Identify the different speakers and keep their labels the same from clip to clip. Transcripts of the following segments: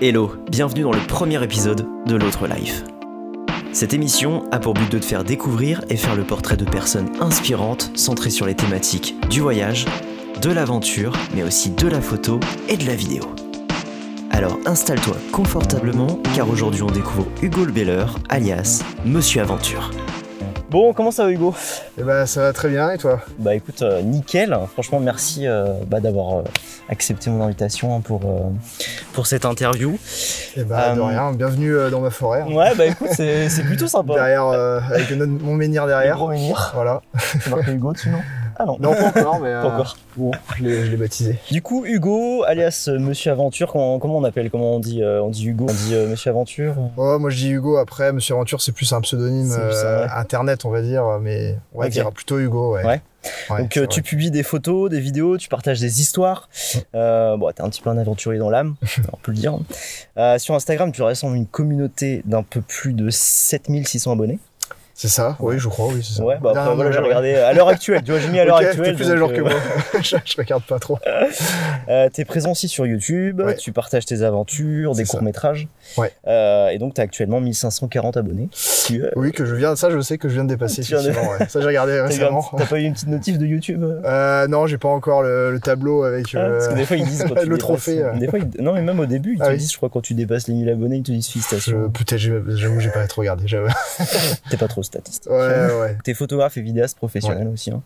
Speaker 1: Hello, bienvenue dans le premier épisode de l'autre life. Cette émission a pour but de te faire découvrir et faire le portrait de personnes inspirantes centrées sur les thématiques du voyage, de l'aventure, mais aussi de la photo et de la vidéo. Alors installe-toi confortablement car aujourd'hui on découvre Hugo le Belleur, alias Monsieur Aventure. Bon, comment ça va Hugo
Speaker 2: Eh ben, ça va très bien, et toi
Speaker 1: Bah écoute, euh, nickel. Franchement, merci euh, bah, d'avoir euh, accepté mon invitation hein, pour, euh, pour cette interview.
Speaker 2: Eh ben, de
Speaker 1: Euh,
Speaker 2: rien, bienvenue euh, dans ma forêt. hein.
Speaker 1: Ouais, bah écoute, c'est c'est plutôt sympa.
Speaker 2: Derrière, euh, avec notre- mon menhir derrière.
Speaker 1: Gros menhir.
Speaker 2: Voilà.
Speaker 1: C'est marqué Hugo dessus, non Ah non.
Speaker 2: Non, pas encore, mais euh,
Speaker 1: Pas encore.
Speaker 2: bon, je l'ai je l'ai baptisé.
Speaker 1: Du coup, Hugo, alias euh, Monsieur Aventure, comment, comment on appelle Comment on dit euh, On dit Hugo On dit euh, Monsieur Aventure
Speaker 2: Oh, moi, je dis Hugo. Après, Monsieur Aventure, c'est plus un pseudonyme
Speaker 1: C'est plus ça,
Speaker 2: euh,
Speaker 1: ouais.
Speaker 2: internet, on va dire, mais on va
Speaker 1: Ok.
Speaker 2: dire plutôt Hugo, ouais.
Speaker 1: Ouais.
Speaker 2: Ouais,
Speaker 1: Donc
Speaker 2: c'est
Speaker 1: euh,
Speaker 2: vrai.
Speaker 1: tu publies des photos, des vidéos, tu partages des histoires. Euh, bon, t'es un petit peu un aventurier dans l'âme, on peut le dire. Euh, sur Instagram, tu rassembles une communauté d'un peu plus de 7600 abonnés.
Speaker 2: C'est ça Oui, je crois, oui, c'est ça.
Speaker 1: Ouais, bah après,
Speaker 2: Dernièrement,
Speaker 1: voilà, j'ai
Speaker 2: ouais.
Speaker 1: regardé à l'heure actuelle, tu vois, j'ai mis à l'heure
Speaker 2: Ok,
Speaker 1: actuelle.
Speaker 2: T'es plus
Speaker 1: donc,
Speaker 2: à jour
Speaker 1: euh,
Speaker 2: que moi. je, je regarde pas trop.
Speaker 1: Euh, t'es présent aussi sur YouTube,
Speaker 2: Ouais.
Speaker 1: tu partages tes aventures, des
Speaker 2: C'est ça.
Speaker 1: courts-métrages.
Speaker 2: Ouais.
Speaker 1: Euh, et donc, t'as actuellement 1540 abonnés. Tu, euh,
Speaker 2: Oui, que je viens, ça, je sais que je viens de dépasser.
Speaker 1: Tu viens de-
Speaker 2: effectivement, ouais. Ça, j'ai regardé
Speaker 1: t'as eu un
Speaker 2: récemment.
Speaker 1: petit- T'as pas eu une petite notif de YouTube euh,
Speaker 2: Euh, non, j'ai pas encore le, le tableau avec.
Speaker 1: hein, Parce que
Speaker 2: euh,
Speaker 1: des fois, ils disent. Quand tu
Speaker 2: le
Speaker 1: dépasses- hein.
Speaker 2: trophée, euh.
Speaker 1: Des fois, ils- Non, mais même au début, ils
Speaker 2: Ah
Speaker 1: te
Speaker 2: oui.
Speaker 1: disent, je crois, quand tu dépasses les 1000 abonnés, ils te disent
Speaker 2: Je-
Speaker 1: félicitations.
Speaker 2: Peut-être, j'ai- j'avoue, j'ai pas trop regardé. j'avoue.
Speaker 1: T'es pas trop statiste.
Speaker 2: Ouais, ouais.
Speaker 1: T'es photographe et vidéaste professionnel aussi. Hein.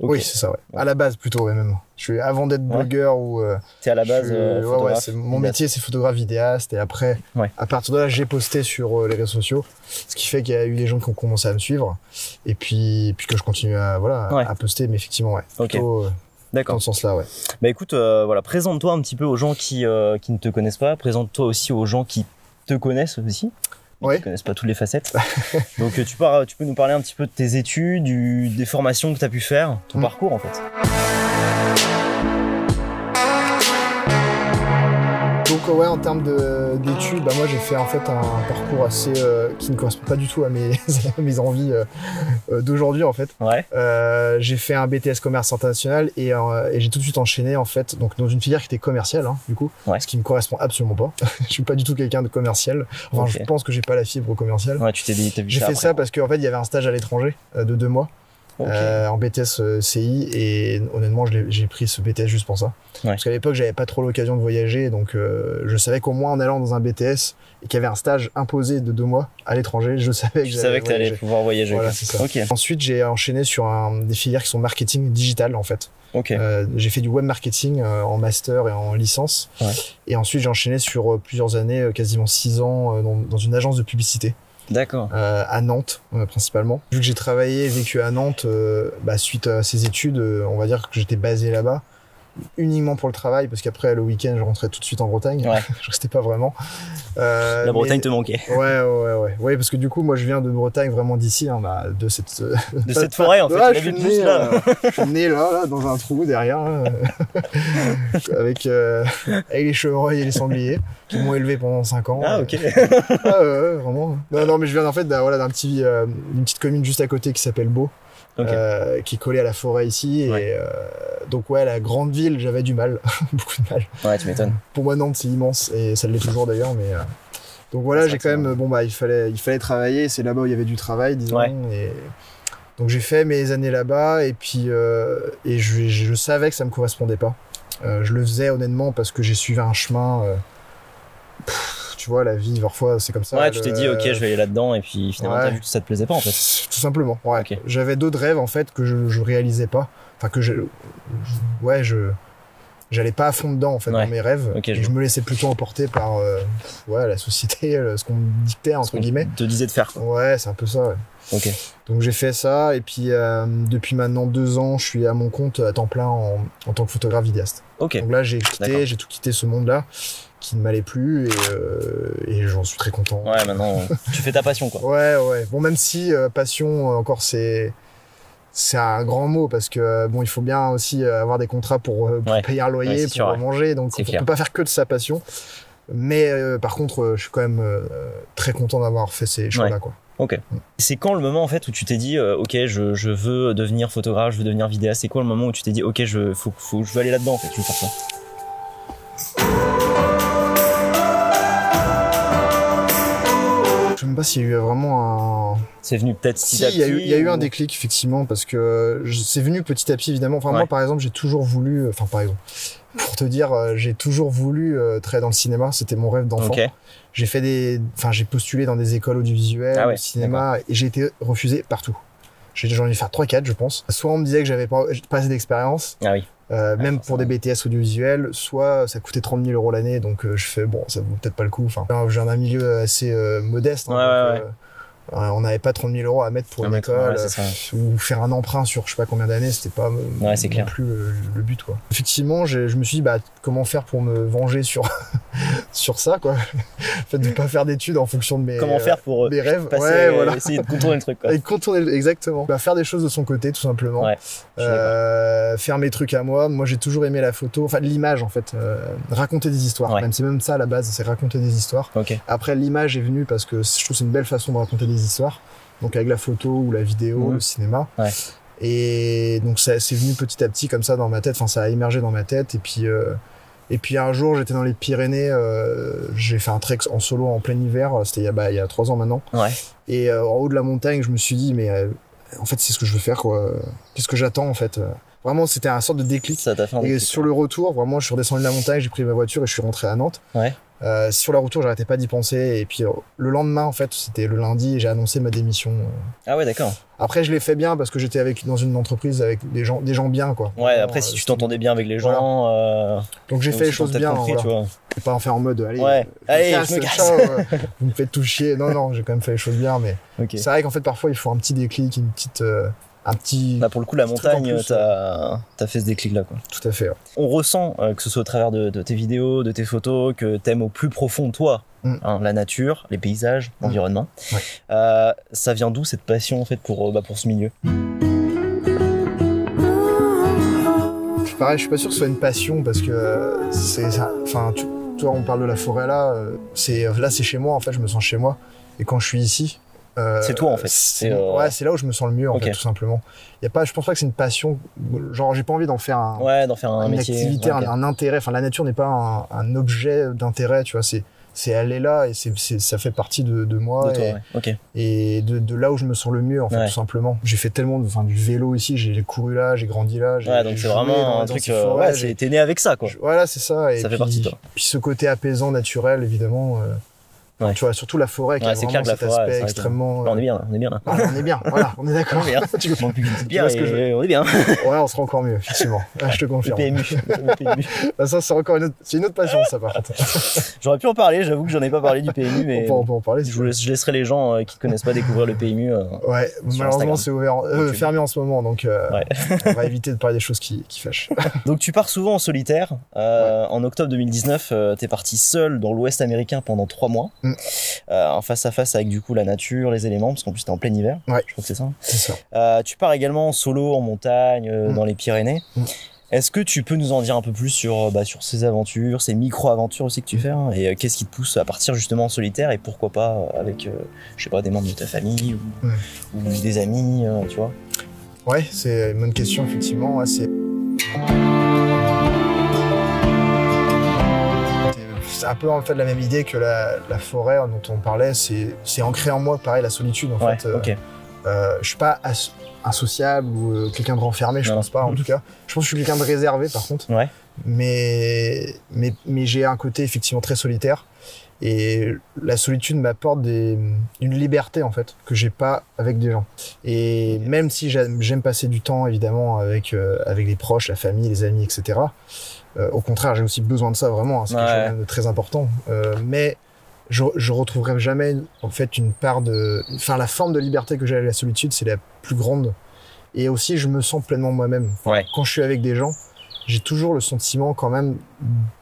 Speaker 1: Ok.
Speaker 2: Oui, c'est ça, ouais. À la base, plutôt, ouais, même. Je suis avant d'être
Speaker 1: Ouais.
Speaker 2: blogueur ou. euh,
Speaker 1: T'es à la
Speaker 2: je
Speaker 1: base.
Speaker 2: suis-
Speaker 1: euh,
Speaker 2: ouais, ouais,
Speaker 1: photographe,
Speaker 2: c'est- mon
Speaker 1: vidéaste.
Speaker 2: métier, c'est photographe vidéaste. Et après,
Speaker 1: Ouais.
Speaker 2: à partir de là, j'ai posté sur euh, les réseaux sociaux. Ce qui fait qu'il y a eu des gens qui ont commencé à me suivre. Et puis, et puis que je continue à, voilà, à-
Speaker 1: Ouais.
Speaker 2: à poster. Mais effectivement, ouais.
Speaker 1: Ok.
Speaker 2: Plutôt, euh, dans
Speaker 1: D'accord.
Speaker 2: le sens-là, ouais.
Speaker 1: Bah écoute, euh, voilà, présente-toi un petit peu aux gens qui, euh, qui ne te connaissent pas. Présente-toi aussi aux gens qui te connaissent aussi. mais
Speaker 2: Ouais.
Speaker 1: Qui connaissent pas toutes les facettes. Donc euh, tu, pars, tu peux nous parler un petit peu de tes études, du- des formations que tu as pu faire, ton
Speaker 2: Mm.
Speaker 1: parcours en fait.
Speaker 2: Donc ouais, en termes de- d'études, bah, moi j'ai fait en fait un parcours assez euh, qui ne correspond pas du tout à mes, à mes envies euh, euh, d'aujourd'hui en fait.
Speaker 1: Ouais.
Speaker 2: Euh, j'ai fait un BTS commerce international et, euh, et j'ai tout de suite enchaîné en fait donc dans une filière qui était commerciale hein, du coup,
Speaker 1: Ouais.
Speaker 2: ce qui me correspond absolument pas. je suis pas du tout quelqu'un de commercial. Enfin,
Speaker 1: Ok.
Speaker 2: je pense que j'ai pas la fibre commerciale.
Speaker 1: Ouais, tu t'es dit, t'as vu
Speaker 2: J'ai fait
Speaker 1: après.
Speaker 2: ça parce qu'en fait il y avait un stage à l'étranger euh, de deux mois
Speaker 1: Ok.
Speaker 2: euh, en BTS euh, CI et honnêtement je l'ai- j'ai pris ce BTS juste pour ça parce qu'à l'époque j'avais pas trop l'occasion de voyager donc euh, je savais qu'au moins en allant dans un BTS et qu'il y avait un stage imposé de deux mois à l'étranger je savais que
Speaker 1: Tu
Speaker 2: j'allais
Speaker 1: savais que t'allais
Speaker 2: voyager.
Speaker 1: pouvoir voyager.
Speaker 2: Voilà,
Speaker 1: quoi.
Speaker 2: c'est ça.
Speaker 1: Ok.
Speaker 2: ensuite j'ai enchaîné sur un, des filières qui sont marketing digital en fait
Speaker 1: Ok.
Speaker 2: euh, j'ai fait du web marketing euh, en master et en licence
Speaker 1: Ouais.
Speaker 2: et ensuite j'ai enchaîné sur euh, plusieurs années euh, quasiment six ans euh, dans, dans une agence de publicité
Speaker 1: D'accord.
Speaker 2: euh, à Nantes euh, principalement. Vu que j'ai travaillé et vécu à Nantes euh, bah, suite à ces études, euh, on va dire que j'étais basé là-bas uniquement pour le travail parce qu'après le week-end je rentrais tout de suite en Bretagne.
Speaker 1: Ouais.
Speaker 2: je restais pas vraiment. Euh,
Speaker 1: La Bretagne
Speaker 2: mais-
Speaker 1: te manquait.
Speaker 2: Ouais, ouais, ouais, ouais, parce que du coup, moi, je viens de Bretagne, vraiment d'ici, hein, bah, de cette, euh,
Speaker 1: De
Speaker 2: pas-
Speaker 1: cette forêt en fait.
Speaker 2: Ouais,
Speaker 1: tu
Speaker 2: je suis
Speaker 1: l'habites
Speaker 2: né,
Speaker 1: juste là.
Speaker 2: euh, je suis né là, là, dans un trou derrière, là, euh, avec, euh, avec les chevreuils et les sangliers qui m'ont élevé pendant 5 ans.
Speaker 1: Ah
Speaker 2: Euh,
Speaker 1: ok.
Speaker 2: ah ouais, ouais, vraiment. Non, non, mais je viens en fait d'un voilà, d'un petit, euh, d'une petite commune juste à côté qui s'appelle Beau,
Speaker 1: Ok.
Speaker 2: euh, qui est collée à la forêt ici. Et
Speaker 1: Ouais.
Speaker 2: euh, donc, ouais, la grande ville, j'avais du mal, beaucoup de mal.
Speaker 1: Ouais, tu m'étonnes.
Speaker 2: Pour moi, Nantes, c'est immense et ça l'est toujours d'ailleurs, mais. euh, donc voilà,
Speaker 1: Ah, C'est
Speaker 2: j'ai
Speaker 1: vrai que
Speaker 2: quand même, bon bah, il fallait, il fallait travailler, c'est là-bas où il y avait du travail, disons.
Speaker 1: Ouais.
Speaker 2: Et... Donc j'ai fait mes années là-bas et puis euh, et je, je savais que ça me correspondait pas. Euh, je le faisais honnêtement parce que j'ai suivi un chemin. euh, pff, tu vois, la vie, parfois, c'est comme ça.
Speaker 1: Ouais, tu t'es
Speaker 2: le-
Speaker 1: dit, ok, je vais aller là-dedans, et puis finalement,
Speaker 2: Ouais.
Speaker 1: t'as vu que ça te plaisait pas en fait.
Speaker 2: Tout simplement. Ouais.
Speaker 1: Ok.
Speaker 2: J'avais d'autres rêves en fait que je, je réalisais pas. Enfin que je, je- ouais je j'allais pas à fond dedans en fait
Speaker 1: Ouais.
Speaker 2: dans mes rêves.
Speaker 1: Ok,
Speaker 2: et
Speaker 1: je
Speaker 2: je me laissais plutôt emporter par euh, ouais la société, euh, ce qu'on me dictait entre guillemets.
Speaker 1: te disais de faire quoi.
Speaker 2: Ouais, c'est un peu ça. ouais.
Speaker 1: Ok.
Speaker 2: Donc j'ai fait ça et puis euh, depuis maintenant deux ans, je suis à mon compte euh, à temps plein en, en tant que photographe vidéaste.
Speaker 1: Ok.
Speaker 2: Donc là j'ai
Speaker 1: D'accord.
Speaker 2: quitté, j'ai tout quitté ce monde-là qui ne m'allait plus et, euh, et j'en suis très content.
Speaker 1: Ouais, maintenant, tu fais ta passion quoi.
Speaker 2: Ouais, ouais. Bon, même si euh, passion, euh, encore, c'est. C'est un grand mot parce que euh, bon, il faut bien aussi euh, avoir des contrats pour, euh, pour
Speaker 1: Ouais.
Speaker 2: payer un
Speaker 1: Ouais,
Speaker 2: loyer,
Speaker 1: c'est
Speaker 2: pour
Speaker 1: sûr, ouais.
Speaker 2: manger, donc
Speaker 1: C'est
Speaker 2: on
Speaker 1: clair.
Speaker 2: peut pas faire que de sa passion. Mais euh, par contre, euh, je suis quand même euh, très content d'avoir fait ces choses là quoi.
Speaker 1: C'est quand le moment en fait où tu t'es dit, euh, ok, je, je veux devenir photographe, je veux devenir vidéaste C'est quoi le moment où tu t'es dit, ok, je, faut, faut, je veux aller là-dedans en fait, je veux faire ça
Speaker 2: même pas s'il y a eu vraiment un.
Speaker 1: C'est venu peut-être petit
Speaker 2: Si,
Speaker 1: à
Speaker 2: il y, a eu-
Speaker 1: petit,
Speaker 2: il y a eu
Speaker 1: ou-
Speaker 2: un déclic, effectivement, parce que euh, je- c'est venu petit à petit, évidemment. Enfin,
Speaker 1: Ouais.
Speaker 2: moi, par exemple, j'ai toujours voulu, euh, enfin, par exemple, pour te dire, euh, j'ai toujours voulu euh, travailler dans le cinéma, c'était mon rêve d'enfant.
Speaker 1: Ok.
Speaker 2: J'ai fait des, enfin, j'ai postulé dans des écoles audiovisuelles,
Speaker 1: Ah ouais,
Speaker 2: au cinéma, et j'ai été refusé partout. J'ai- J'en ai fait 3-4, je pense. Soit on me disait que j'avais pas, pas assez d'expérience,
Speaker 1: Ah oui.
Speaker 2: euh,
Speaker 1: Ouais,
Speaker 2: même pour des BTS audiovisuels, soit ça coûtait 30 000 euros l'année, donc euh, je fais bon, ça vaut peut-être pas le coup. Enfin, j'ai un milieu assez euh, modeste,
Speaker 1: Ouais,
Speaker 2: donc, euh, euh, on n'avait pas 30 000 euros à mettre pour
Speaker 1: Ah,
Speaker 2: une
Speaker 1: mais-
Speaker 2: école
Speaker 1: ouais, c'est ça.
Speaker 2: euh, ou faire un emprunt sur je sais pas combien d'années, c'était pas euh,
Speaker 1: Ouais, c'est
Speaker 2: non
Speaker 1: clair.
Speaker 2: plus euh, le, but quoi. Effectivement, j'ai- je me suis dit bah comment faire pour me venger sur sur ça quoi, le fait de pas faire d'études en fonction de mes
Speaker 1: Comment
Speaker 2: euh,
Speaker 1: faire pour euh,
Speaker 2: mes rêves,
Speaker 1: passer,
Speaker 2: ouais
Speaker 1: euh,
Speaker 2: voilà.
Speaker 1: essayer de contourner le truc quoi.
Speaker 2: Et contourner exactement. Bah, faire des choses de son côté, tout simplement.
Speaker 1: Ouais, je suis d'accord.
Speaker 2: Euh, faire mes trucs à moi. Moi, j'ai toujours aimé la photo, enfin l'image en fait. Euh, raconter des histoires.
Speaker 1: Ouais.
Speaker 2: Même c'est même ça à la base, c'est raconter des histoires.
Speaker 1: Ok.
Speaker 2: Après, l'image est venue parce que je trouve que c'est une belle façon de raconter des histoires. Donc avec la photo ou la vidéo,
Speaker 1: Mhm.
Speaker 2: le cinéma.
Speaker 1: Ouais.
Speaker 2: Et donc ça- c'est venu petit à petit comme ça dans ma tête. Enfin, ça a émergé dans ma tête. Et puis euh, et puis un jour, j'étais dans les Pyrénées. euh, j'ai fait un trek en solo en plein hiver. C'était il y a bah, il y a trois ans maintenant.
Speaker 1: Ouais.
Speaker 2: Et euh, en haut de la montagne, je me suis dit mais euh, en fait c'est ce que je veux faire quoi. Qu'est-ce que j'attends en fait. euh. Vraiment, c'était un sorte de déclic.
Speaker 1: Ça t'a fait un
Speaker 2: Et
Speaker 1: déclic,
Speaker 2: sur
Speaker 1: quoi.
Speaker 2: le retour, vraiment, je suis redescendu de la montagne, j'ai pris ma voiture et je suis rentré à Nantes.
Speaker 1: Ouais.
Speaker 2: Euh, sur le retour, j'arrêtais pas d'y penser. Et puis euh, le lendemain, en fait, c'était le lundi, et j'ai annoncé ma démission.
Speaker 1: Ah ouais, d'accord.
Speaker 2: Après, je l'ai fait bien parce que j'étais avec dans une entreprise avec des gens, des gens bien, quoi.
Speaker 1: Ouais, après,
Speaker 2: Alors,
Speaker 1: si
Speaker 2: euh,
Speaker 1: tu t'entendais bien avec les gens.
Speaker 2: voilà.
Speaker 1: euh,
Speaker 2: Donc j'ai
Speaker 1: donc
Speaker 2: fait les
Speaker 1: ils t'ont
Speaker 2: choses
Speaker 1: peut-être
Speaker 2: bien.
Speaker 1: compris,
Speaker 2: voilà.
Speaker 1: tu vois.
Speaker 2: Je vais pas en faire en mode, allez,
Speaker 1: Ouais.
Speaker 2: je me
Speaker 1: Allez, je
Speaker 2: casse,
Speaker 1: me casse.
Speaker 2: ciao, euh, vous me faites toucher. Non, non, j'ai quand même fait les choses bien, mais
Speaker 1: Ok.
Speaker 2: c'est vrai qu'en fait, parfois, il faut un petit déclic, une petite, euh, un petit,
Speaker 1: Bah, pour le coup, la
Speaker 2: Petit truc en
Speaker 1: montagne,
Speaker 2: plus,
Speaker 1: t'as t'as fait ce déclic-là. quoi.
Speaker 2: tout à fait. ouais.
Speaker 1: On ressent, euh, que ce soit au travers de, de tes vidéos, de tes photos, que t'aimes au plus profond de toi
Speaker 2: Mm.
Speaker 1: hein, la nature, les paysages,
Speaker 2: Mm.
Speaker 1: l'environnement.
Speaker 2: Ouais.
Speaker 1: Euh, ça vient d'où cette passion en fait pour, euh, bah, pour ce milieu
Speaker 2: Je- Pareil, je suis pas sûr que ce soit une passion parce que euh, c'est ça. Enfin, tu, toi, on parle de la forêt là. euh, C'est là, c'est chez moi. En fait, je me sens chez moi. Et quand je suis ici, euh,
Speaker 1: C'est toi, en fait.
Speaker 2: C'est
Speaker 1: C'est, euh,
Speaker 2: ouais, c'est là où je me sens le mieux en
Speaker 1: Ok.
Speaker 2: fait, tout simplement. Y a pas, je pense pas que c'est une passion. Genre, j'ai pas envie d'en faire un,
Speaker 1: Ouais, d'en faire un
Speaker 2: Ah. une
Speaker 1: métier.
Speaker 2: activité,
Speaker 1: ouais,
Speaker 2: un,
Speaker 1: ok.
Speaker 2: un intérêt. Enfin, la nature n'est pas un, un objet d'intérêt. Tu vois, c'est c'est elle est là et c'est c'est- ça fait partie de, de moi.
Speaker 1: De toi,
Speaker 2: et-
Speaker 1: ouais. Ok.
Speaker 2: et de, de là où je me sens le mieux en fait
Speaker 1: Ouais.
Speaker 2: tout simplement j'ai fait tellement de, enfin, du vélo ici j'ai couru là j'ai grandi là j'ai
Speaker 1: Ouais,
Speaker 2: j'ai
Speaker 1: donc c'est
Speaker 2: joué dans-
Speaker 1: vraiment un
Speaker 2: dans
Speaker 1: truc.
Speaker 2: ces
Speaker 1: euh,
Speaker 2: forêts,
Speaker 1: ouais,
Speaker 2: j'ai-
Speaker 1: c'est- t'es né avec ça, quoi.
Speaker 2: je- voilà c'est ça et
Speaker 1: Ça fait
Speaker 2: puis,
Speaker 1: partie de toi.
Speaker 2: puis ce côté apaisant naturel évidemment euh,
Speaker 1: Ouais.
Speaker 2: tu vois surtout la forêt qui
Speaker 1: Ouais,
Speaker 2: a
Speaker 1: c'est clair
Speaker 2: vraiment
Speaker 1: que la forêt,
Speaker 2: cet
Speaker 1: c'est
Speaker 2: aspect
Speaker 1: vrai que-
Speaker 2: extrêmement
Speaker 1: Là, Bah, on est bien, là, on est bien là.
Speaker 2: Ah, on est bien voilà on est
Speaker 1: On
Speaker 2: d'accord
Speaker 1: est bien.
Speaker 2: Tu vois-
Speaker 1: Manque plus qu'une petite
Speaker 2: vois ce
Speaker 1: bière
Speaker 2: que je-
Speaker 1: et on est bien.
Speaker 2: ouais on sera encore mieux effectivement Ah, je te
Speaker 1: Le
Speaker 2: confirme
Speaker 1: PMU. Le PMU.
Speaker 2: Ah, ça c'est encore une autre c'est une autre passion ça par contre
Speaker 1: J'aurais pu en parler, j'avoue que j'en ai pas parlé du PMU,
Speaker 2: on
Speaker 1: mais
Speaker 2: peut, on peut en parler si
Speaker 1: je,
Speaker 2: tu
Speaker 1: vous
Speaker 2: veux.
Speaker 1: laisse- je laisserai les gens euh, qui ne connaissent pas découvrir le PMU. euh,
Speaker 2: Ouais,
Speaker 1: Instagram.
Speaker 2: malheureusement c'est ouvert, en- euh,
Speaker 1: YouTube.
Speaker 2: fermé en ce moment, donc euh,
Speaker 1: Ouais.
Speaker 2: on va éviter de parler des choses qui, qui fâchent.
Speaker 1: Donc tu pars souvent en solitaire. Euh, En octobre 2019, euh, t'es parti seul dans l'Ouest américain pendant trois mois,
Speaker 2: Mm.
Speaker 1: Euh, en face à face avec du coup la nature, les éléments, parce qu'en plus t'es en plein hiver.
Speaker 2: Ouais.
Speaker 1: Je crois que c'est ça.
Speaker 2: C'est ça.
Speaker 1: Euh, tu pars également en solo en montagne, euh,
Speaker 2: Mm.
Speaker 1: dans les Pyrénées.
Speaker 2: Mm.
Speaker 1: Est-ce que tu peux nous en dire un peu plus sur, euh, bah, sur ces aventures, ces micro-aventures aussi que tu fais hein, Et euh, qu'est-ce qui te pousse à partir justement en solitaire et pourquoi pas euh, avec, euh, je sais pas, des membres de ta famille ou,
Speaker 2: Ouais.
Speaker 1: ou des amis, euh, tu vois
Speaker 2: Ouais, c'est une bonne question, effectivement. ouais, c'est... c'est un peu en fait la même idée que la, la forêt hein, dont on parlait. C'est, c'est ancré en moi, pareil, la solitude. En
Speaker 1: Ouais,
Speaker 2: fait, Euh,
Speaker 1: ok.
Speaker 2: euh, je suis pas as- insociable ou euh, quelqu'un de renfermé, je
Speaker 1: Non.
Speaker 2: pense pas, en tout cas. Je pense que je suis quelqu'un de réservé, par contre.
Speaker 1: Ouais.
Speaker 2: Mais, mais, mais j'ai un côté effectivement très solitaire. Et la solitude m'apporte des, une liberté, en fait, que j'ai pas avec des gens. Et même si j'aime j'aime passer du temps, évidemment, avec, euh, avec les proches, la famille, les amis, etc., euh, au contraire, j'ai aussi besoin de ça, vraiment. hein, c'est quelque
Speaker 1: Ouais.
Speaker 2: chose même de très important. Euh, mais je, je retrouverai jamais en fait une part de enfin la forme de liberté que j'ai avec la solitude c'est la plus grande et aussi je me sens pleinement moi-même
Speaker 1: Ouais.
Speaker 2: quand je suis avec des gens j'ai toujours le sentiment quand même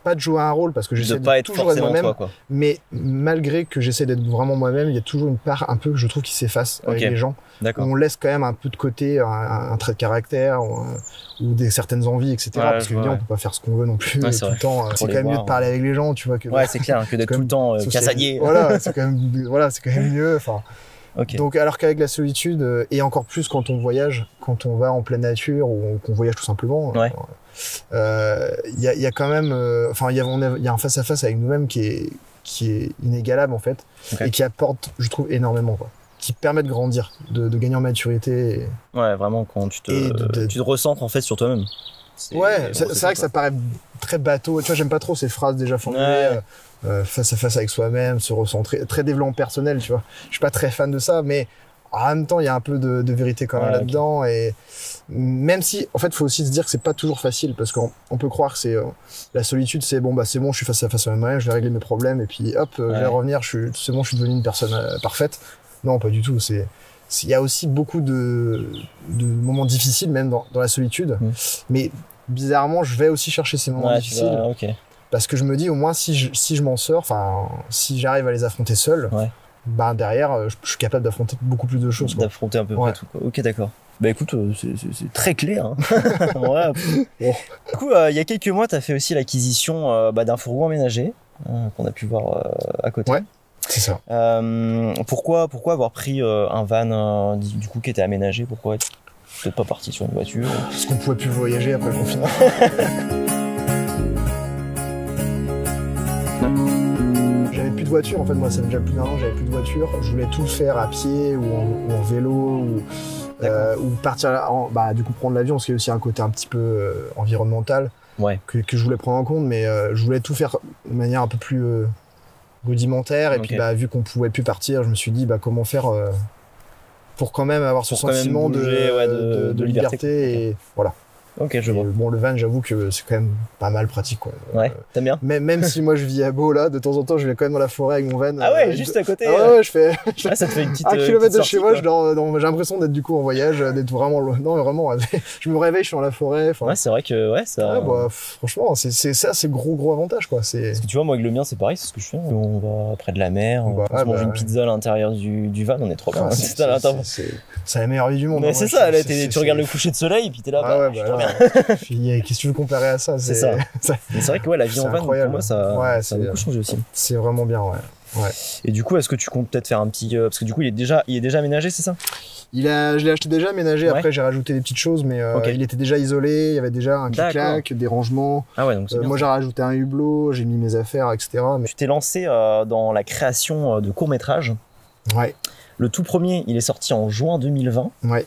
Speaker 2: pas de jouer un rôle parce que
Speaker 1: De
Speaker 2: j'essaie
Speaker 1: pas
Speaker 2: de
Speaker 1: être
Speaker 2: toujours être
Speaker 1: forcément
Speaker 2: moi-même
Speaker 1: toi, quoi.
Speaker 2: mais malgré que j'essaie d'être vraiment moi-même il y a toujours une part un peu que je trouve qui s'efface avec
Speaker 1: Ok.
Speaker 2: les gens
Speaker 1: D'accord.
Speaker 2: on laisse quand même un peu de côté un, un trait de caractère ou, un- ou des certaines envies etc
Speaker 1: Ouais,
Speaker 2: parce
Speaker 1: je
Speaker 2: que
Speaker 1: vois,
Speaker 2: évidemment,
Speaker 1: ouais.
Speaker 2: on peut pas faire ce qu'on veut non plus euh,
Speaker 1: Ouais, c'est
Speaker 2: tout
Speaker 1: vrai.
Speaker 2: le temps c'est
Speaker 1: les
Speaker 2: quand même mieux
Speaker 1: voir, hein.
Speaker 2: de parler avec les gens tu vois que de-
Speaker 1: Ouais, c'est clair que d'être
Speaker 2: quand
Speaker 1: tout le
Speaker 2: même
Speaker 1: temps euh,
Speaker 2: socialiser.
Speaker 1: casanier.
Speaker 2: Voilà, c'est quand même, voilà, c'est quand même mieux. Enfin,
Speaker 1: Ok.
Speaker 2: donc, alors qu'avec la solitude, euh, et encore plus quand on voyage, quand on va en pleine nature ou qu'on voyage tout simplement,
Speaker 1: Ouais.
Speaker 2: euh, il y, a, il y a quand même, euh, enfin, il y a, on a- il y a un face à face avec nous-mêmes qui est qui est inégalable en fait
Speaker 1: Ok.
Speaker 2: et qui apporte, je trouve, énormément. Quoi. Qui permet de grandir, de, de gagner en maturité.
Speaker 1: Ouais, vraiment, quand tu te,
Speaker 2: Et de- de-
Speaker 1: tu te recentres en fait sur toi-même. C'est-
Speaker 2: Ouais,
Speaker 1: bon,
Speaker 2: c'est c'est vrai que ça
Speaker 1: sympa.
Speaker 2: paraît très bateau. Tu vois, j'aime pas trop ces phrases déjà formulées.
Speaker 1: Ouais.
Speaker 2: euh, euh, face à face avec soi-même, se recentrer, très développement personnel, tu vois. Je suis pas très fan de ça, mais en même temps, il y a un peu de, de vérité quand même
Speaker 1: Ouais, ok.
Speaker 2: là-dedans. Et même si, en fait, faut aussi se dire que c'est pas toujours facile parce qu'on on peut croire que c'est euh, la solitude, c'est bon, bah c'est bon, je suis face à face à moi-même, je vais régler mes problèmes et puis hop, euh, je vais
Speaker 1: Ouais.
Speaker 2: revenir, je suis, c'est bon, je suis devenu une personne euh, parfaite. Non, pas du tout. C'est c'est- il y a aussi beaucoup de, de moments difficiles, même dans, dans la solitude.
Speaker 1: Mm.
Speaker 2: Mais bizarrement, je vais aussi chercher ces moments
Speaker 1: Ouais, tu
Speaker 2: difficiles
Speaker 1: dois- ok.
Speaker 2: parce que je me dis au moins si je, si je m'en sors, enfin si j'arrive à les affronter seul,
Speaker 1: Ouais.
Speaker 2: ben derrière euh, je, je suis capable d'affronter beaucoup plus de choses. quoi.
Speaker 1: D'affronter un peu
Speaker 2: Ouais.
Speaker 1: près tout. Quoi. Ok, d'accord. Bah écoute, euh, c'est- c'est c'est très clair. hein. Ouais.
Speaker 2: Bon.
Speaker 1: Du coup, euh, il y a quelques mois, tu as fait aussi l'acquisition euh, bah, d'un fourgon aménagé euh, qu'on a pu voir euh, à côté.
Speaker 2: Ouais. C'est ça.
Speaker 1: Euh, pourquoi, pourquoi avoir pris euh, un van euh, du du coup qui était aménagé Pourquoi être peut-être pas parti sur une voiture
Speaker 2: Parce qu'on pouvait plus voyager après le confinement. J'avais plus de voiture en fait, moi ça fait déjà plus d'un an, j'avais plus de voiture. Je voulais tout faire à pied ou en, ou en vélo ou, euh, ou partir là- en- bah, du coup prendre l'avion parce qu'il y a aussi un côté un petit peu euh, environnemental
Speaker 1: Ouais.
Speaker 2: que, que je voulais prendre en compte, mais euh, je voulais tout faire de manière un peu plus euh, rudimentaire. Et puis
Speaker 1: Ok.
Speaker 2: bah, vu qu'on pouvait plus partir, je me suis dit bah, comment faire euh, pour quand même avoir ce
Speaker 1: Pour quand même
Speaker 2: sentiment de,
Speaker 1: bouger, ouais, de-
Speaker 2: de-
Speaker 1: de
Speaker 2: de
Speaker 1: liberté.
Speaker 2: liberté. Et voilà.
Speaker 1: Ok, je
Speaker 2: Et,
Speaker 1: vois.
Speaker 2: euh, bon, le van, j'avoue que c'est quand même pas mal pratique. Quoi.
Speaker 1: Ouais, t'aimes bien
Speaker 2: Même, même si moi je vis à Beau là, de temps en temps je vais quand même dans la forêt avec mon van.
Speaker 1: Ah
Speaker 2: euh,
Speaker 1: ouais,
Speaker 2: avec
Speaker 1: juste
Speaker 2: deux-
Speaker 1: à côté.
Speaker 2: Ah ouais,
Speaker 1: euh,
Speaker 2: ouais, je fais
Speaker 1: ah, ça te fait une petite.
Speaker 2: un
Speaker 1: euh,
Speaker 2: kilomètre
Speaker 1: petite
Speaker 2: de chez
Speaker 1: sortie,
Speaker 2: moi, je
Speaker 1: quoi.
Speaker 2: dors dans- j'ai l'impression d'être du coup en voyage, euh, d'être vraiment loin. Non, mais vraiment, je me réveille, je suis dans la forêt. enfin,
Speaker 1: Ouais, c'est vrai que ouais, ça.
Speaker 2: ouais, bah, franchement, c'est c'est ça, c'est gros gros avantage quoi. C'est
Speaker 1: Parce que tu vois, moi avec le mien, c'est pareil, c'est ce que je fais. hein. On va près de la mer,
Speaker 2: Bah,
Speaker 1: on
Speaker 2: ouais,
Speaker 1: se mange
Speaker 2: bah,
Speaker 1: une
Speaker 2: ouais.
Speaker 1: pizza à l'intérieur du, du van, on est trop bien.
Speaker 2: Ah,
Speaker 1: hein,
Speaker 2: c'est-
Speaker 1: c'est à l'intérieur.
Speaker 2: c'est- c'est- c'est la meilleure vie du monde.
Speaker 1: Mais
Speaker 2: hein,
Speaker 1: c'est
Speaker 2: moi,
Speaker 1: ça,
Speaker 2: je-
Speaker 1: là,
Speaker 2: c'est-
Speaker 1: t'es-
Speaker 2: c'est-
Speaker 1: tu regardes le coucher de soleil, puis t'es là.
Speaker 2: Ah
Speaker 1: bah,
Speaker 2: ouais,
Speaker 1: je
Speaker 2: bah,
Speaker 1: dors bien.
Speaker 2: là, puis, euh, Qu'est-ce que tu veux comparer à ça C'est
Speaker 1: ça.
Speaker 2: ça-
Speaker 1: Mais c'est vrai que ouais, la vie
Speaker 2: C'est
Speaker 1: en van, pour
Speaker 2: incroyable.
Speaker 1: moi, ça,
Speaker 2: Ouais,
Speaker 1: ça a
Speaker 2: c'est- euh,
Speaker 1: beaucoup changé aussi.
Speaker 2: c'est vraiment bien, ouais.
Speaker 1: Et du coup, est-ce que tu comptes peut-être faire un petit. euh, parce que du coup, il est déjà, il est déjà aménagé, c'est ça
Speaker 2: Il a, je l'ai acheté déjà aménagé,
Speaker 1: Ouais.
Speaker 2: après j'ai rajouté des petites choses, mais euh,
Speaker 1: Ok.
Speaker 2: il était déjà isolé, il y avait déjà un
Speaker 1: D'accord.
Speaker 2: clic-clac, des rangements.
Speaker 1: Ah ouais, donc c'est
Speaker 2: Euh,
Speaker 1: bien.
Speaker 2: moi j'ai rajouté un hublot, j'ai mis mes affaires, etc. Mais
Speaker 1: Tu t'es lancé euh, dans la création euh, de courts-métrages.
Speaker 2: ouais,
Speaker 1: Le tout premier, il est sorti en juin 2020.
Speaker 2: ouais,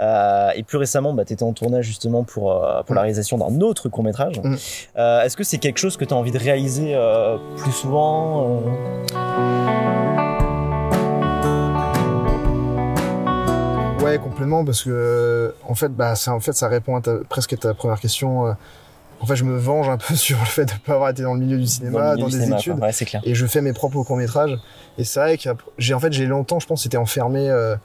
Speaker 1: Euh, et plus récemment, bah, tu étais en tournage justement pour, euh, pour la
Speaker 2: Mm.
Speaker 1: réalisation d'un autre court métrage.
Speaker 2: Mm.
Speaker 1: Euh, Est-ce que c'est quelque chose que tu as envie de réaliser euh, plus souvent euh
Speaker 2: ouais, complètement, parce que euh, en fait, bah, ça, en fait, ça répond à ta- presque à ta première question. euh. en fait, je me venge un peu sur le fait de ne pas avoir été dans le milieu du cinéma,
Speaker 1: le milieu
Speaker 2: dans,
Speaker 1: du
Speaker 2: des
Speaker 1: cinéma, quoi.
Speaker 2: études.
Speaker 1: Ouais, c'est clair.
Speaker 2: et je fais mes propres courts métrages et c'est vrai que j'ai en fait j'ai longtemps je pense été enfermé euh,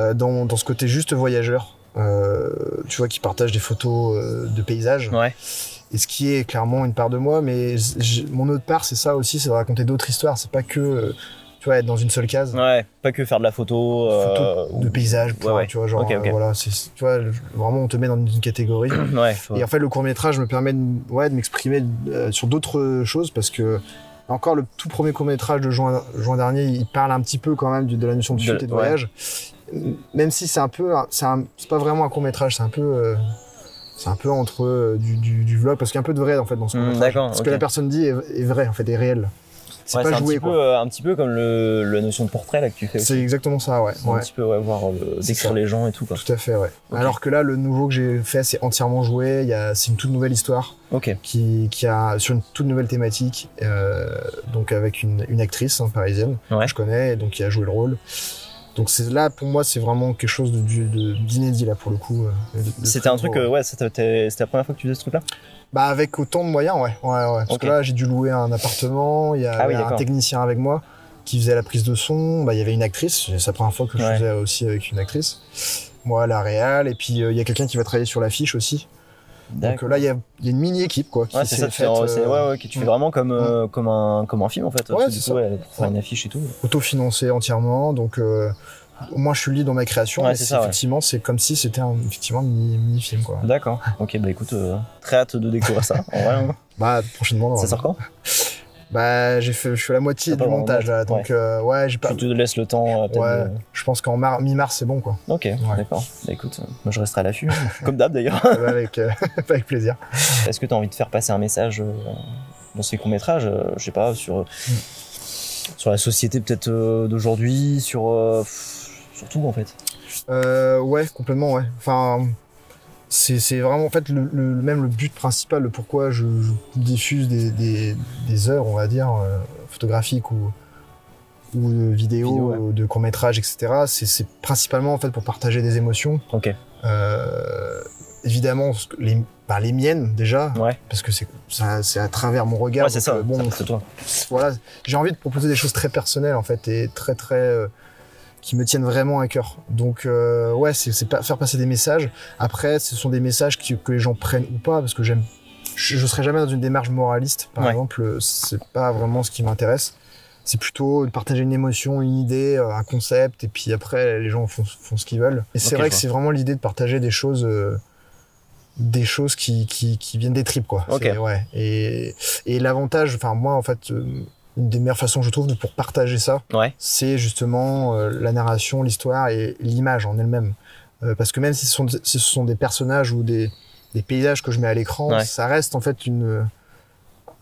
Speaker 2: euh, dans, dans ce côté juste voyageur euh, tu vois qui partage des photos euh, de paysages
Speaker 1: Ouais.
Speaker 2: et ce qui est clairement une part de moi mais j'ai- mon autre part c'est ça aussi c'est de raconter d'autres histoires c'est pas que euh, tu vois être dans une seule case
Speaker 1: Ouais, pas que faire de la photo. euh,
Speaker 2: de paysages point,
Speaker 1: Ouais, ouais.
Speaker 2: tu vois genre
Speaker 1: Ok, ok.
Speaker 2: euh, voilà c'est- tu vois vraiment on te met dans une catégorie
Speaker 1: ou- ouais, faut-
Speaker 2: et en fait, le court métrage me permet de, ouais, de m'exprimer euh, sur d'autres choses parce que, encore, le tout premier court métrage de juin, juin dernier, il parle un petit peu quand même du- de la notion de
Speaker 1: De-
Speaker 2: fuite et de
Speaker 1: ouais.
Speaker 2: voyage. Même si c'est un peu, un- c'est un- c'est pas vraiment un court métrage, c'est un peu. euh, c'est un peu entre euh, du, du- du vlog, parce qu'il y a un peu de vrai en fait dans ce
Speaker 1: Hmm,
Speaker 2: court métrage.
Speaker 1: D'accord.
Speaker 2: Ce
Speaker 1: ok.
Speaker 2: que la personne dit est, est vrai en fait, est réel. C'est
Speaker 1: Ouais,
Speaker 2: pas
Speaker 1: un,
Speaker 2: joué
Speaker 1: petit
Speaker 2: quoi.
Speaker 1: peu, euh, un petit peu comme le, la notion de portrait là, que tu fais aussi.
Speaker 2: C'est exactement ça, ouais.
Speaker 1: C'est Un
Speaker 2: ouais.
Speaker 1: petit peu ouais, voir, euh,
Speaker 2: C'est
Speaker 1: décrire
Speaker 2: ça.
Speaker 1: les gens et tout. Quoi.
Speaker 2: Tout à fait, ouais.
Speaker 1: Ok.
Speaker 2: Alors que là, le nouveau que j'ai fait, c'est entièrement joué. il y a- C'est une toute nouvelle histoire.
Speaker 1: Ok.
Speaker 2: qui, qui a sur une toute nouvelle thématique, euh, donc avec une, une actrice hein, parisienne
Speaker 1: Ouais.
Speaker 2: que je connais, et donc qui a joué le rôle. Donc c'est là pour moi c'est vraiment quelque chose de- de- d'inédit là pour le coup. euh, de- de
Speaker 1: C'était
Speaker 2: très
Speaker 1: un truc.
Speaker 2: gros.
Speaker 1: euh, ouais, c'était c'était la première fois que tu faisais ce truc là
Speaker 2: Bah avec autant de moyens ouais. ouais, ouais. Parce
Speaker 1: Ok.
Speaker 2: que là j'ai dû louer un appartement, il y a
Speaker 1: Ah oui,
Speaker 2: il y a un
Speaker 1: d'accord.
Speaker 2: technicien avec moi qui faisait la prise de son, bah il y avait une actrice, c'est la première fois que je
Speaker 1: Ouais.
Speaker 2: faisais aussi avec une actrice. Moi la réal et puis euh, il y a quelqu'un qui va travailler sur l'affiche aussi. Donc euh, là il y a, il y a une mini équipe quoi qui
Speaker 1: Ouais, c'est
Speaker 2: s'est
Speaker 1: ça, tu fais,
Speaker 2: faite,
Speaker 1: en- c'est-
Speaker 2: euh,
Speaker 1: ouais, ouais, que tu fais vraiment comme, euh, comme, un, comme un film en fait.
Speaker 2: Ouais,
Speaker 1: Parce que
Speaker 2: c'est
Speaker 1: du coup,
Speaker 2: ça.
Speaker 1: ouais, pour faire
Speaker 2: Ouais.
Speaker 1: une affiche et tout.
Speaker 2: autofinancé entièrement. Donc, euh, moi, je suis lead dans ma création.
Speaker 1: Ouais,
Speaker 2: mais
Speaker 1: c'est
Speaker 2: c'est
Speaker 1: ça, ouais.
Speaker 2: effectivement, c'est comme si c'était un, effectivement un mini- mini-film, quoi.
Speaker 1: D'accord. Ok, bah écoute, euh, très hâte de découvrir ça. En vrai, hein.
Speaker 2: Bah, prochainement,
Speaker 1: ça
Speaker 2: normalement.
Speaker 1: sort quand
Speaker 2: Bah, j'ai fait, je suis à la moitié
Speaker 1: T'as pas
Speaker 2: du
Speaker 1: le droit
Speaker 2: montage,
Speaker 1: de
Speaker 2: là. Donc, euh, ouais, j'ai pas.
Speaker 1: Tu te laisses le temps euh, peut-être.
Speaker 2: Ouais.
Speaker 1: de-
Speaker 2: Je pense qu'en mar- mi-mars, c'est bon, quoi.
Speaker 1: Ok, d'accord. Bah écoute, euh, moi je resterai à l'affût. comme d'hab d'ailleurs.
Speaker 2: Euh, avec, euh, avec plaisir.
Speaker 1: Est-ce que tu as envie de faire passer un message euh, dans ces courts métrages, euh, je sais pas, sur euh,
Speaker 2: Mm.
Speaker 1: sur la société peut-être euh, d'aujourd'hui, sur euh, pff, sur tout en fait.
Speaker 2: Euh, ouais, complètement, ouais. Enfin, c'est c'est vraiment en fait le, le- même le but principal, le pourquoi je, je diffuse des, des, des œuvres, on va dire, euh, photographiques ou, ou de vidéos,
Speaker 1: Vidéo,
Speaker 2: de courts-métrages, etc. C'est- C'est principalement en fait pour partager des émotions.
Speaker 1: Ok.
Speaker 2: Euh, évidemment, ce que- les, bah, les miennes déjà,
Speaker 1: Ouais.
Speaker 2: parce que c'est ça- c'est à travers mon regard.
Speaker 1: ouais, c'est ça.
Speaker 2: donc, euh, bon,
Speaker 1: ça reste toi.
Speaker 2: voilà, j'ai envie de proposer des choses très personnelles en fait et très très euh, qui me tiennent vraiment à cœur. Donc euh, ouais, c'est c'est pas faire passer des messages. Après, ce sont des messages qui- que les gens prennent ou pas parce que j'aime je, je serai jamais dans une démarche moraliste par
Speaker 1: Ouais.
Speaker 2: exemple, euh, c'est pas vraiment ce qui m'intéresse. C'est plutôt de partager une émotion, une idée, euh, un concept, et puis après les gens font, font ce qu'ils veulent. Et c'est
Speaker 1: Ok,
Speaker 2: vrai
Speaker 1: je
Speaker 2: que
Speaker 1: vois.
Speaker 2: c'est vraiment l'idée de partager des choses, euh, des choses qui, qui, qui viennent des tripes quoi.
Speaker 1: Ok.
Speaker 2: C'est- Ouais. Et, et l'avantage, enfin moi en fait, euh, une des meilleures façons je trouve de pour partager ça,
Speaker 1: Ouais.
Speaker 2: c'est justement euh, la narration, l'histoire et l'image en elle-même. Euh, parce que même si ce, sont, si ce sont des personnages ou des, des paysages que je mets à l'écran,
Speaker 1: Ouais.
Speaker 2: ça reste en fait une euh,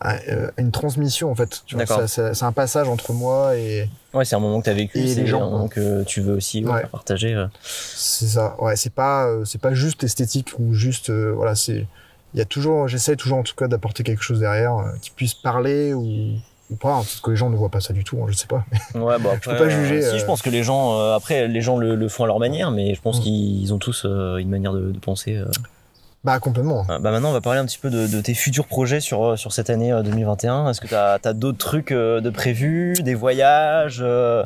Speaker 2: un- euh, une transmission en fait. Tu vois,
Speaker 1: D'accord.
Speaker 2: ça- ça- C'est un passage entre moi et
Speaker 1: Ouais, c'est un moment que t'as vécu,
Speaker 2: Et
Speaker 1: c'est
Speaker 2: les gens, hein.
Speaker 1: un moment que tu veux aussi ouais,
Speaker 2: Ouais.
Speaker 1: faire partager. euh.
Speaker 2: c'est ça. Ouais, c'est pas euh, c'est pas juste esthétique ou juste euh, voilà c'est il y a toujours j'essaie toujours en tout cas d'apporter quelque chose derrière euh, qui puisse parler ou ou pas hein, parce que les gens ne voient pas ça du tout. hein, je sais pas.
Speaker 1: Ouais, bah,
Speaker 2: Je
Speaker 1: après,
Speaker 2: peux pas
Speaker 1: euh,
Speaker 2: juger,
Speaker 1: Si,
Speaker 2: euh.
Speaker 1: je pense que les gens, euh, après, les gens le, le font à leur manière, mais je pense
Speaker 2: Mm.
Speaker 1: qu'ils ont tous euh, une manière de, de penser. euh.
Speaker 2: Bah complètement.
Speaker 1: Euh, Bah, maintenant, on va parler un petit peu de, de tes futurs projets sur, euh, sur cette année euh, 2021. Est-ce que t'as as, d'autres trucs euh, de prévus, des voyages euh,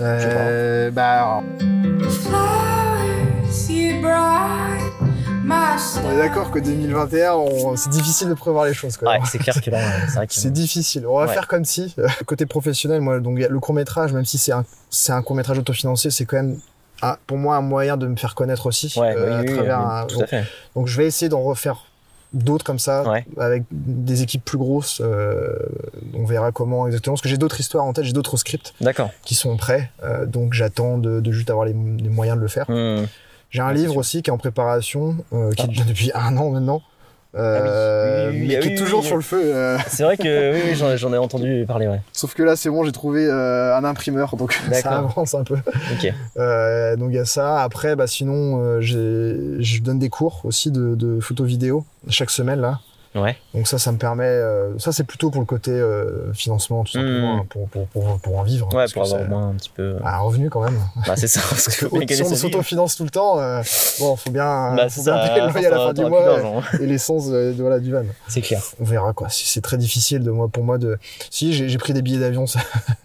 Speaker 2: Euh, bah,
Speaker 3: Flowers you brought my
Speaker 2: on est d'accord que 2021, on- c'est difficile de prévoir les choses quand
Speaker 1: Ouais,
Speaker 2: même.
Speaker 1: c'est clair que là, euh, c'est vrai que
Speaker 2: C'est difficile. On va
Speaker 1: Ouais.
Speaker 2: faire comme si. euh, Côté professionnel, moi, donc il y a le court métrage, même si c'est un, c'est un court métrage autofinancé, c'est quand même un- pour moi un moyen de me faire connaître aussi
Speaker 1: Ouais,
Speaker 2: euh,
Speaker 1: bah,
Speaker 2: à
Speaker 1: oui, oui,
Speaker 2: travers
Speaker 1: oui,
Speaker 2: un-
Speaker 1: tout à fait.
Speaker 2: Donc je vais essayer d'en refaire d'autres comme ça,
Speaker 1: Ouais.
Speaker 2: avec des équipes plus grosses. euh, on verra comment exactement. Parce que j'ai d'autres histoires en tête, j'ai d'autres scripts
Speaker 1: D'accord.
Speaker 2: qui sont prêts. euh, donc j'attends de, de juste avoir les, les moyens de le faire.
Speaker 1: Hmm.
Speaker 2: J'ai un
Speaker 1: Ouais, c'est
Speaker 2: livre
Speaker 1: sûr.
Speaker 2: aussi qui est en préparation, euh, qui
Speaker 1: Ah.
Speaker 2: est déjà depuis un an maintenant, euh,
Speaker 1: Ah oui, oui, oui,
Speaker 2: mais
Speaker 1: ah
Speaker 2: qui
Speaker 1: oui,
Speaker 2: est toujours
Speaker 1: oui,
Speaker 2: sur le feu. euh,
Speaker 1: C'est vrai que oui, oui, j'en ai- j'en ai entendu parler, ouais.
Speaker 2: sauf que là, c'est bon, j'ai trouvé euh, un imprimeur, donc ça
Speaker 1: D'accord.
Speaker 2: avance un peu.
Speaker 1: Ok.
Speaker 2: Euh, donc il y a ça. Après, bah, sinon, euh, j'ai- je donne des cours aussi de, de photo vidéo chaque semaine là.
Speaker 1: Ouais.
Speaker 2: Donc ça, ça me permet. euh, ça, c'est plutôt pour le côté euh, financement, tout simplement,
Speaker 1: Mm.
Speaker 2: hein, pour, pour, pour, pour en vivre. hein,
Speaker 1: Ouais,
Speaker 2: parce
Speaker 1: pour
Speaker 2: que
Speaker 1: avoir au
Speaker 2: c'est
Speaker 1: moins un petit peu. euh,
Speaker 2: un revenu quand même.
Speaker 1: Bah, c'est ça, parce que
Speaker 2: Au-
Speaker 1: le mec, il
Speaker 2: si
Speaker 1: est
Speaker 2: on
Speaker 1: sa vie.
Speaker 2: s'autofinance tout le temps, euh, bon, faut bien,
Speaker 1: Bah,
Speaker 2: faut
Speaker 1: c'est
Speaker 2: bien
Speaker 1: ça.
Speaker 2: payer le loyer à la fin
Speaker 1: t'auras-
Speaker 2: du
Speaker 1: t'auras plus
Speaker 2: mois
Speaker 1: d'argent.
Speaker 2: et l'essence euh, de, voilà, du van.
Speaker 1: C'est clair.
Speaker 2: On verra quoi. C'est c'est très difficile de moi pour moi de. Si j'ai j'ai pris des billets d'avion ça,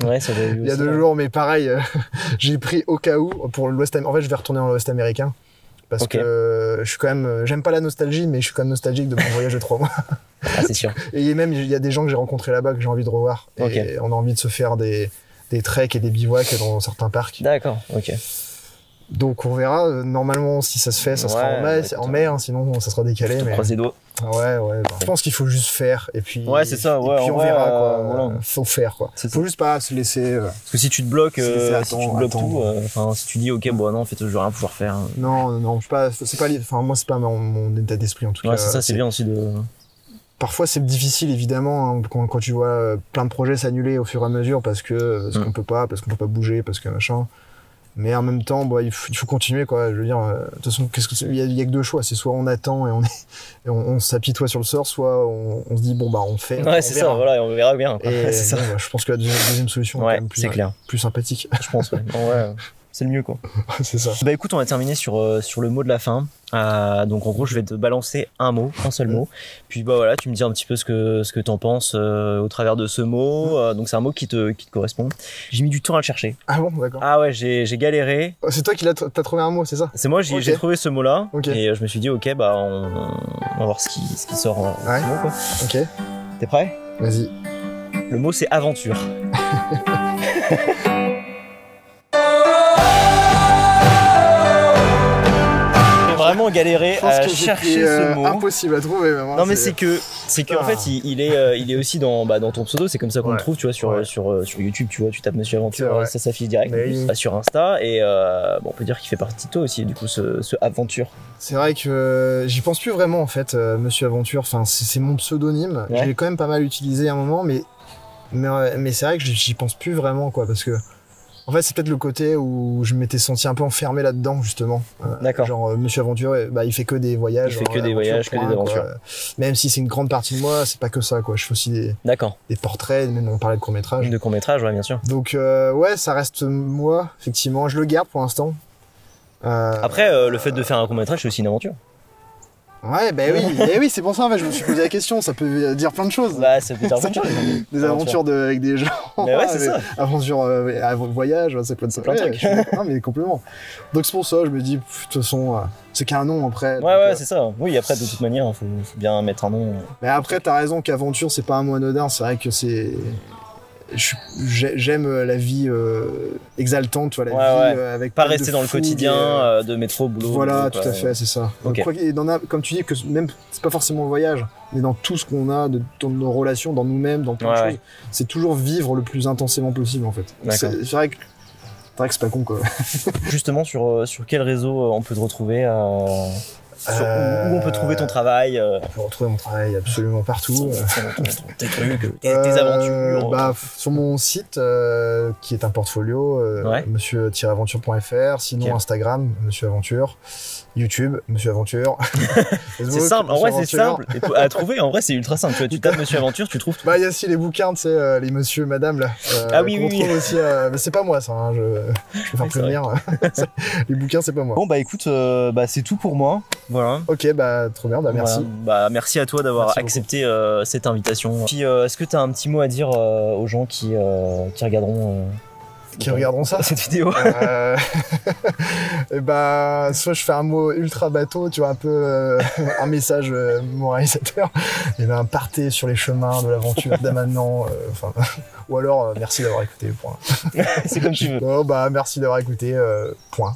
Speaker 1: Ouais, ça hein. doit
Speaker 2: il y a deux jours, mais pareil, euh, j'ai pris au cas où pour l'Ouest. Am- En fait, je vais retourner dans l'Ouest américain parce
Speaker 1: Ok.
Speaker 2: que euh, je suis quand même. euh, J'aime pas la nostalgie, mais je suis quand même nostalgique de mon voyage de trois mois.
Speaker 1: Ah, c'est sûr.
Speaker 2: Et même il y a des gens que j'ai rencontrés là-bas que j'ai envie de revoir. Et
Speaker 1: Ok.
Speaker 2: on a envie de se faire des des treks et des bivouacs dans certains parcs.
Speaker 1: D'accord, ok.
Speaker 2: Donc on verra. Euh, Normalement, si ça se fait, ça sera
Speaker 1: Ouais,
Speaker 2: en mai,
Speaker 1: bah,
Speaker 2: en mai hein, sinon ça sera décalé.
Speaker 1: On
Speaker 2: Mais...
Speaker 1: croise les doigts.
Speaker 2: Ouais, ouais. bah, je pense qu'il faut juste faire et puis.
Speaker 1: Ouais, c'est ça, ouais,
Speaker 2: Et puis
Speaker 1: en
Speaker 2: on
Speaker 1: vrai,
Speaker 2: verra
Speaker 1: euh,
Speaker 2: quoi.
Speaker 1: voilà.
Speaker 2: Faut faire quoi.
Speaker 1: C'est
Speaker 2: Faut juste pas se laisser. euh,
Speaker 1: Parce que si tu te bloques,
Speaker 2: C'est-
Speaker 1: euh,
Speaker 2: c'est
Speaker 1: si tu
Speaker 2: attends,
Speaker 1: te bloques
Speaker 2: attends.
Speaker 1: tout, euh, enfin, si tu dis, ok, bon, non, en fait, je vais rien pouvoir faire. hein.
Speaker 2: Non, non, non, je sais pas. C'est pas. li- Enfin, moi, c'est pas mon, mon état d'esprit en tout
Speaker 1: Ouais,
Speaker 2: cas.
Speaker 1: c'est ça, c'est bien aussi de.
Speaker 2: Parfois, c'est difficile évidemment hein, quand, quand tu vois euh, plein de projets s'annuler au fur et à mesure parce que euh, parce
Speaker 1: Mm.
Speaker 2: qu'on peut pas, parce qu'on peut pas bouger, parce que machin. Mais en même temps, bah, il, faut, il faut continuer quoi. Je veux dire, euh, de toute façon, qu'est-ce que c'est il y, a- il y a que deux choix. C'est soit on attend et on, est, et on, on s'apitoie sur le sort, soit on, on se dit bon bah on fait. on
Speaker 1: Ouais, c'est ça,
Speaker 2: verra.
Speaker 1: voilà, et on verra bien. quoi.
Speaker 2: Et
Speaker 1: c'est ça.
Speaker 2: bon, bah, je pense que la deuxième, deuxième solution est
Speaker 1: Ouais,
Speaker 2: quand même plus,
Speaker 1: c'est clair,
Speaker 2: plus sympathique.
Speaker 1: je pense, ouais. Bon, ouais, euh, C'est le mieux, quoi.
Speaker 2: c'est ça.
Speaker 1: Bah écoute, on va terminer sur, euh, sur le mot de la fin. Euh, donc en gros, je vais te balancer un mot, un seul mot. Puis bah voilà, tu me dis un petit peu ce que, ce que t'en penses euh, au travers de ce mot. Euh, donc c'est un mot qui te, qui te correspond. J'ai mis du temps à le chercher.
Speaker 2: Ah bon, d'accord.
Speaker 1: Ah ouais, j'ai j'ai galéré.
Speaker 2: Oh, C'est toi qui l'as t'as trouvé un mot, c'est ça
Speaker 1: C'est moi, j'ai
Speaker 2: Ok.
Speaker 1: j'ai trouvé ce mot-là.
Speaker 2: Ok.
Speaker 1: Et euh, je me suis dit, ok, bah on, on va voir ce qui, ce qui sort. euh, de ce
Speaker 2: Ouais.
Speaker 1: mot, quoi.
Speaker 2: Ok.
Speaker 1: T'es prêt
Speaker 2: Vas-y.
Speaker 1: Le mot c'est aventure. Vraiment vraiment galéré
Speaker 2: Je pense
Speaker 1: à
Speaker 2: que c'était,
Speaker 1: chercher
Speaker 2: euh,
Speaker 1: ce mot.
Speaker 2: Impossible à trouver, même. hein,
Speaker 1: Non mais c'est que c'est qu'en
Speaker 2: Ah.
Speaker 1: fait il, il est euh, il est aussi dans bah, dans ton pseudo c'est comme ça qu'on
Speaker 2: Ouais.
Speaker 1: le trouve tu vois sur
Speaker 2: Ouais.
Speaker 1: sur euh, sur YouTube tu vois tu tapes Monsieur
Speaker 2: C'est
Speaker 1: Aventure
Speaker 2: vrai.
Speaker 1: euh, ça s'affiche direct
Speaker 2: Mais
Speaker 1: en plus,
Speaker 2: oui.
Speaker 1: pas sur Insta et euh, bon, on peut dire qu'il fait partie de toi aussi du coup ce, ce aventure
Speaker 2: C'est vrai que euh, j'y pense plus vraiment en fait, euh, Monsieur Aventure. Enfin, c'est c'est mon pseudonyme.
Speaker 1: Ouais.
Speaker 2: Je l'ai quand même pas mal utilisé à un moment, mais mais, euh, mais c'est vrai que j'y- j'y pense plus vraiment quoi, parce que en fait c'est peut-être le côté où je m'étais senti un peu enfermé là-dedans justement. Euh,
Speaker 1: D'accord.
Speaker 2: Genre euh, Monsieur Aventure, eh, bah il fait que des voyages.
Speaker 1: Il fait
Speaker 2: genre,
Speaker 1: que des
Speaker 2: aventure,
Speaker 1: voyages, que des
Speaker 2: quoi.
Speaker 1: aventures.
Speaker 2: Euh, Même si c'est une grande partie de moi, c'est pas que ça quoi. Je fais aussi des,
Speaker 1: d'accord
Speaker 2: des portraits, même on parlait de court métrage.
Speaker 1: de court métrage ouais bien sûr
Speaker 2: Donc euh, ouais, ça reste moi effectivement. Je le garde pour l'instant. Euh,
Speaker 1: après euh, le fait de faire un court métrage c'est aussi une aventure
Speaker 2: Ouais, bah oui, eh oui c'est pour ça en fait, je me suis posé la question, ça peut dire plein de choses.
Speaker 1: bah c'est peut-être aventure
Speaker 2: des aventures de, avec des gens.
Speaker 1: Mais ouais, c'est ça.
Speaker 2: avec- Aventures, euh, ouais, av- voyage, ouais, c'est plein de ça.
Speaker 1: plein de
Speaker 2: Ouais,
Speaker 1: trucs.
Speaker 2: je suis d'accord. Non, mais complètement. Donc c'est pour ça, je me dis, pff, de toute façon, euh, c'est qu'un nom après.
Speaker 1: ouais
Speaker 2: donc, euh,
Speaker 1: ouais c'est ça oui après de toute manière faut, faut bien mettre un nom
Speaker 2: mais après, t'as raison qu'aventure, c'est pas un mot anodin, c'est vrai que c'est. je- j'ai- J'aime euh, la vie euh, exaltante, tu vois, la
Speaker 1: Ouais,
Speaker 2: vie
Speaker 1: ouais.
Speaker 2: euh, avec
Speaker 1: pas
Speaker 2: plein de
Speaker 1: rester dans le
Speaker 2: fougue et,
Speaker 1: quotidien
Speaker 2: euh,
Speaker 1: euh, de métro boulot
Speaker 2: Voilà,
Speaker 1: boulot,
Speaker 2: tout
Speaker 1: quoi.
Speaker 2: à fait, c'est ça.
Speaker 1: Ok.
Speaker 2: Donc, quoi qu'il- dans la- comme tu dis, que c- même c'est pas forcément le voyage, mais dans tout ce qu'on a, de, dans nos relations, dans nous-mêmes, dans plein de
Speaker 1: Ouais,
Speaker 2: choses, c'est toujours vivre le plus intensément possible en fait.
Speaker 1: D'accord.
Speaker 2: C'est c'est vrai que c'est vrai que c'est pas con quoi.
Speaker 1: Justement, sur, euh, sur quel réseau euh, on peut te retrouver euh, sur- où-
Speaker 2: Euh,
Speaker 1: Où on peut trouver ton travail euh,
Speaker 2: Je peux retrouver mon travail absolument partout.
Speaker 1: ton- ton- Tes trucs, tes, tes
Speaker 2: Euh,
Speaker 1: aventures
Speaker 2: bah, f- Sur mon site, euh, qui est un portfolio, euh,
Speaker 1: Ouais.
Speaker 2: monsieur-aventure.fr, sinon
Speaker 1: Ok.
Speaker 2: Instagram, Monsieur Aventure, YouTube, Monsieur Aventure.
Speaker 1: C'est
Speaker 2: Facebook,
Speaker 1: simple, en
Speaker 2: Monsieur
Speaker 1: vrai c'est
Speaker 2: Aventure.
Speaker 1: simple Et pour- à trouver, en vrai c'est ultra simple. Tu, vois, tu tapes Monsieur Aventure, tu trouves tout.
Speaker 2: Bah, il y a aussi les bouquins, tu sais, euh, les monsieur, madame, là. euh,
Speaker 1: Ah oui,
Speaker 2: qu'on
Speaker 1: oui, oui.
Speaker 2: trouve aussi. euh, mais c'est pas moi, ça. hein, je, je vais faire
Speaker 1: Oui, c'est
Speaker 2: prévenir. les bouquins, c'est pas moi.
Speaker 1: Bon bah écoute, euh, bah, c'est tout pour moi. Voilà.
Speaker 2: Ok, bah, trop bien, bah, merci.
Speaker 1: Voilà. Bah, merci à toi d'avoir
Speaker 2: Merci
Speaker 1: accepté euh, cette invitation. Puis euh, est-ce que tu as un petit mot à dire euh, aux gens qui, euh, qui regarderont euh,
Speaker 2: Qui regarderont ça
Speaker 1: cette vidéo
Speaker 2: euh, et bah, soit je fais un mot ultra bateau, tu vois, un peu euh, un message euh, moralisateur. Et ben, partez sur les chemins de l'aventure dès maintenant. euh, Enfin, ou alors, euh, merci d'avoir écouté. Point.
Speaker 1: C'est comme tu veux.
Speaker 2: Oh, bah, merci d'avoir écouté. euh, point.